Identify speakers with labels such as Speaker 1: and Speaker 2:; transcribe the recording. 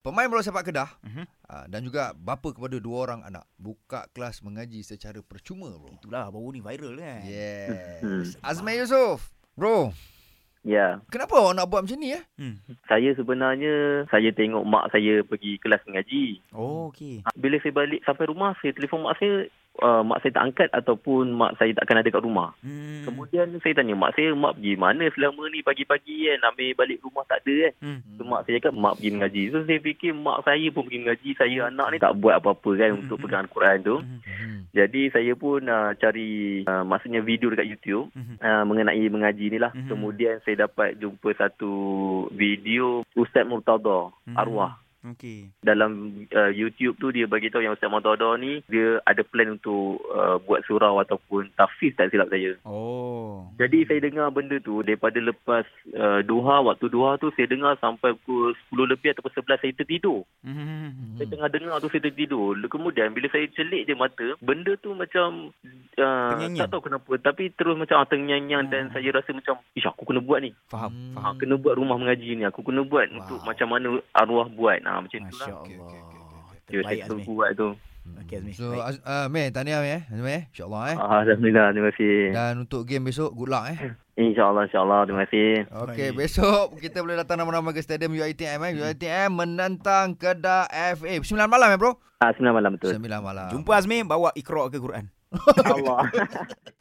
Speaker 1: Pemain bola sepak Kedah
Speaker 2: Mhm.
Speaker 1: uh, dan juga bapa kepada dua orang anak buka kelas mengaji secara percuma bro.
Speaker 2: Itulah baru ni viral kan.
Speaker 3: Hmm.
Speaker 1: Yes. Azmi Yusof. Bro,
Speaker 3: Ya,
Speaker 1: kenapa awak nak buat macam ni eh?
Speaker 2: Hmm.
Speaker 3: saya sebenarnya saya tengok mak saya pergi kelas mengaji.
Speaker 2: Oh, okey.
Speaker 3: Bila saya balik sampai rumah, saya telefon mak saya, uh, mak saya tak angkat ataupun mak saya takkan ada kat rumah.
Speaker 2: Hmm.
Speaker 3: Kemudian saya tanya mak saya, mak pergi mana selama ni pagi-pagi kan, ambil balik rumah tak ada kan.
Speaker 2: Hmm.
Speaker 3: So, mak saya cakap mak pergi mengaji. So saya fikir mak saya pun pergi mengaji, saya anak ni tak buat apa-apa kan untuk pegang Al-Quran tu.
Speaker 1: Hmm.
Speaker 2: Mhm.
Speaker 3: Jadi saya pun uh, cari uh, maksudnya video dekat YouTube
Speaker 2: Mhm.
Speaker 3: uh, mengenai mengaji ni lah.
Speaker 2: Mhm.
Speaker 3: Kemudian saya dapat jumpa satu video Ustaz Murtada
Speaker 2: Mhm.
Speaker 3: Arwah.
Speaker 2: Okey.
Speaker 3: Dalam uh, YouTube tu dia bagi tahu yang Ustaz Murtada ni dia ada plan untuk uh, buat surau ataupun tahfiz tak silap saya.
Speaker 2: Oh.
Speaker 3: Jadi saya dengar benda tu daripada lepas uh, duha waktu duha tu saya dengar sampai pukul 10 lebih ataupun 11 saya tertidur.
Speaker 2: Hmm.
Speaker 3: Saya tengah dengar tu saya tertidur. Kemudian bila saya celik je mata, benda tu macam uh,
Speaker 2: Terngiang-ngiang. Hmm.
Speaker 3: tak tahu kenapa tapi terus macam ah, terngiang-ngiang dan saya rasa macam ish aku kena buat ni.
Speaker 2: Faham,
Speaker 1: Hmm.
Speaker 2: faham.
Speaker 3: Ha, kena buat rumah mengaji ni. Aku kena buat
Speaker 2: Wow.
Speaker 3: wow. untuk macam mana arwah buat. Ha, macam tu lah.
Speaker 1: Okey,
Speaker 2: Masya Allah.
Speaker 1: okey, okey, okey.
Speaker 3: Dia
Speaker 2: Terbaik
Speaker 3: saya
Speaker 2: Azmi. Eh.
Speaker 3: tu buat tu.
Speaker 2: Okey, Mhm. Azmi.
Speaker 1: So,
Speaker 2: Baik.
Speaker 1: Az- uh, Meh, tahniah Meh. Azmi, eh. insyaAllah eh.
Speaker 3: Ah, Alhamdulillah, terima kasih.
Speaker 1: Dan untuk game besok, good luck eh.
Speaker 3: InsyaAllah, insyaAllah, terima kasih.
Speaker 1: Okey,
Speaker 2: Baik.
Speaker 1: besok kita boleh datang nama-nama ke stadium UiTM eh. UiTM menantang Kedah FA. 9 malam eh bro?
Speaker 3: Ah, 9 malam betul.
Speaker 1: 9 malam.
Speaker 2: Jumpa Azmi bawa Iqra ke Quran.
Speaker 3: Allah.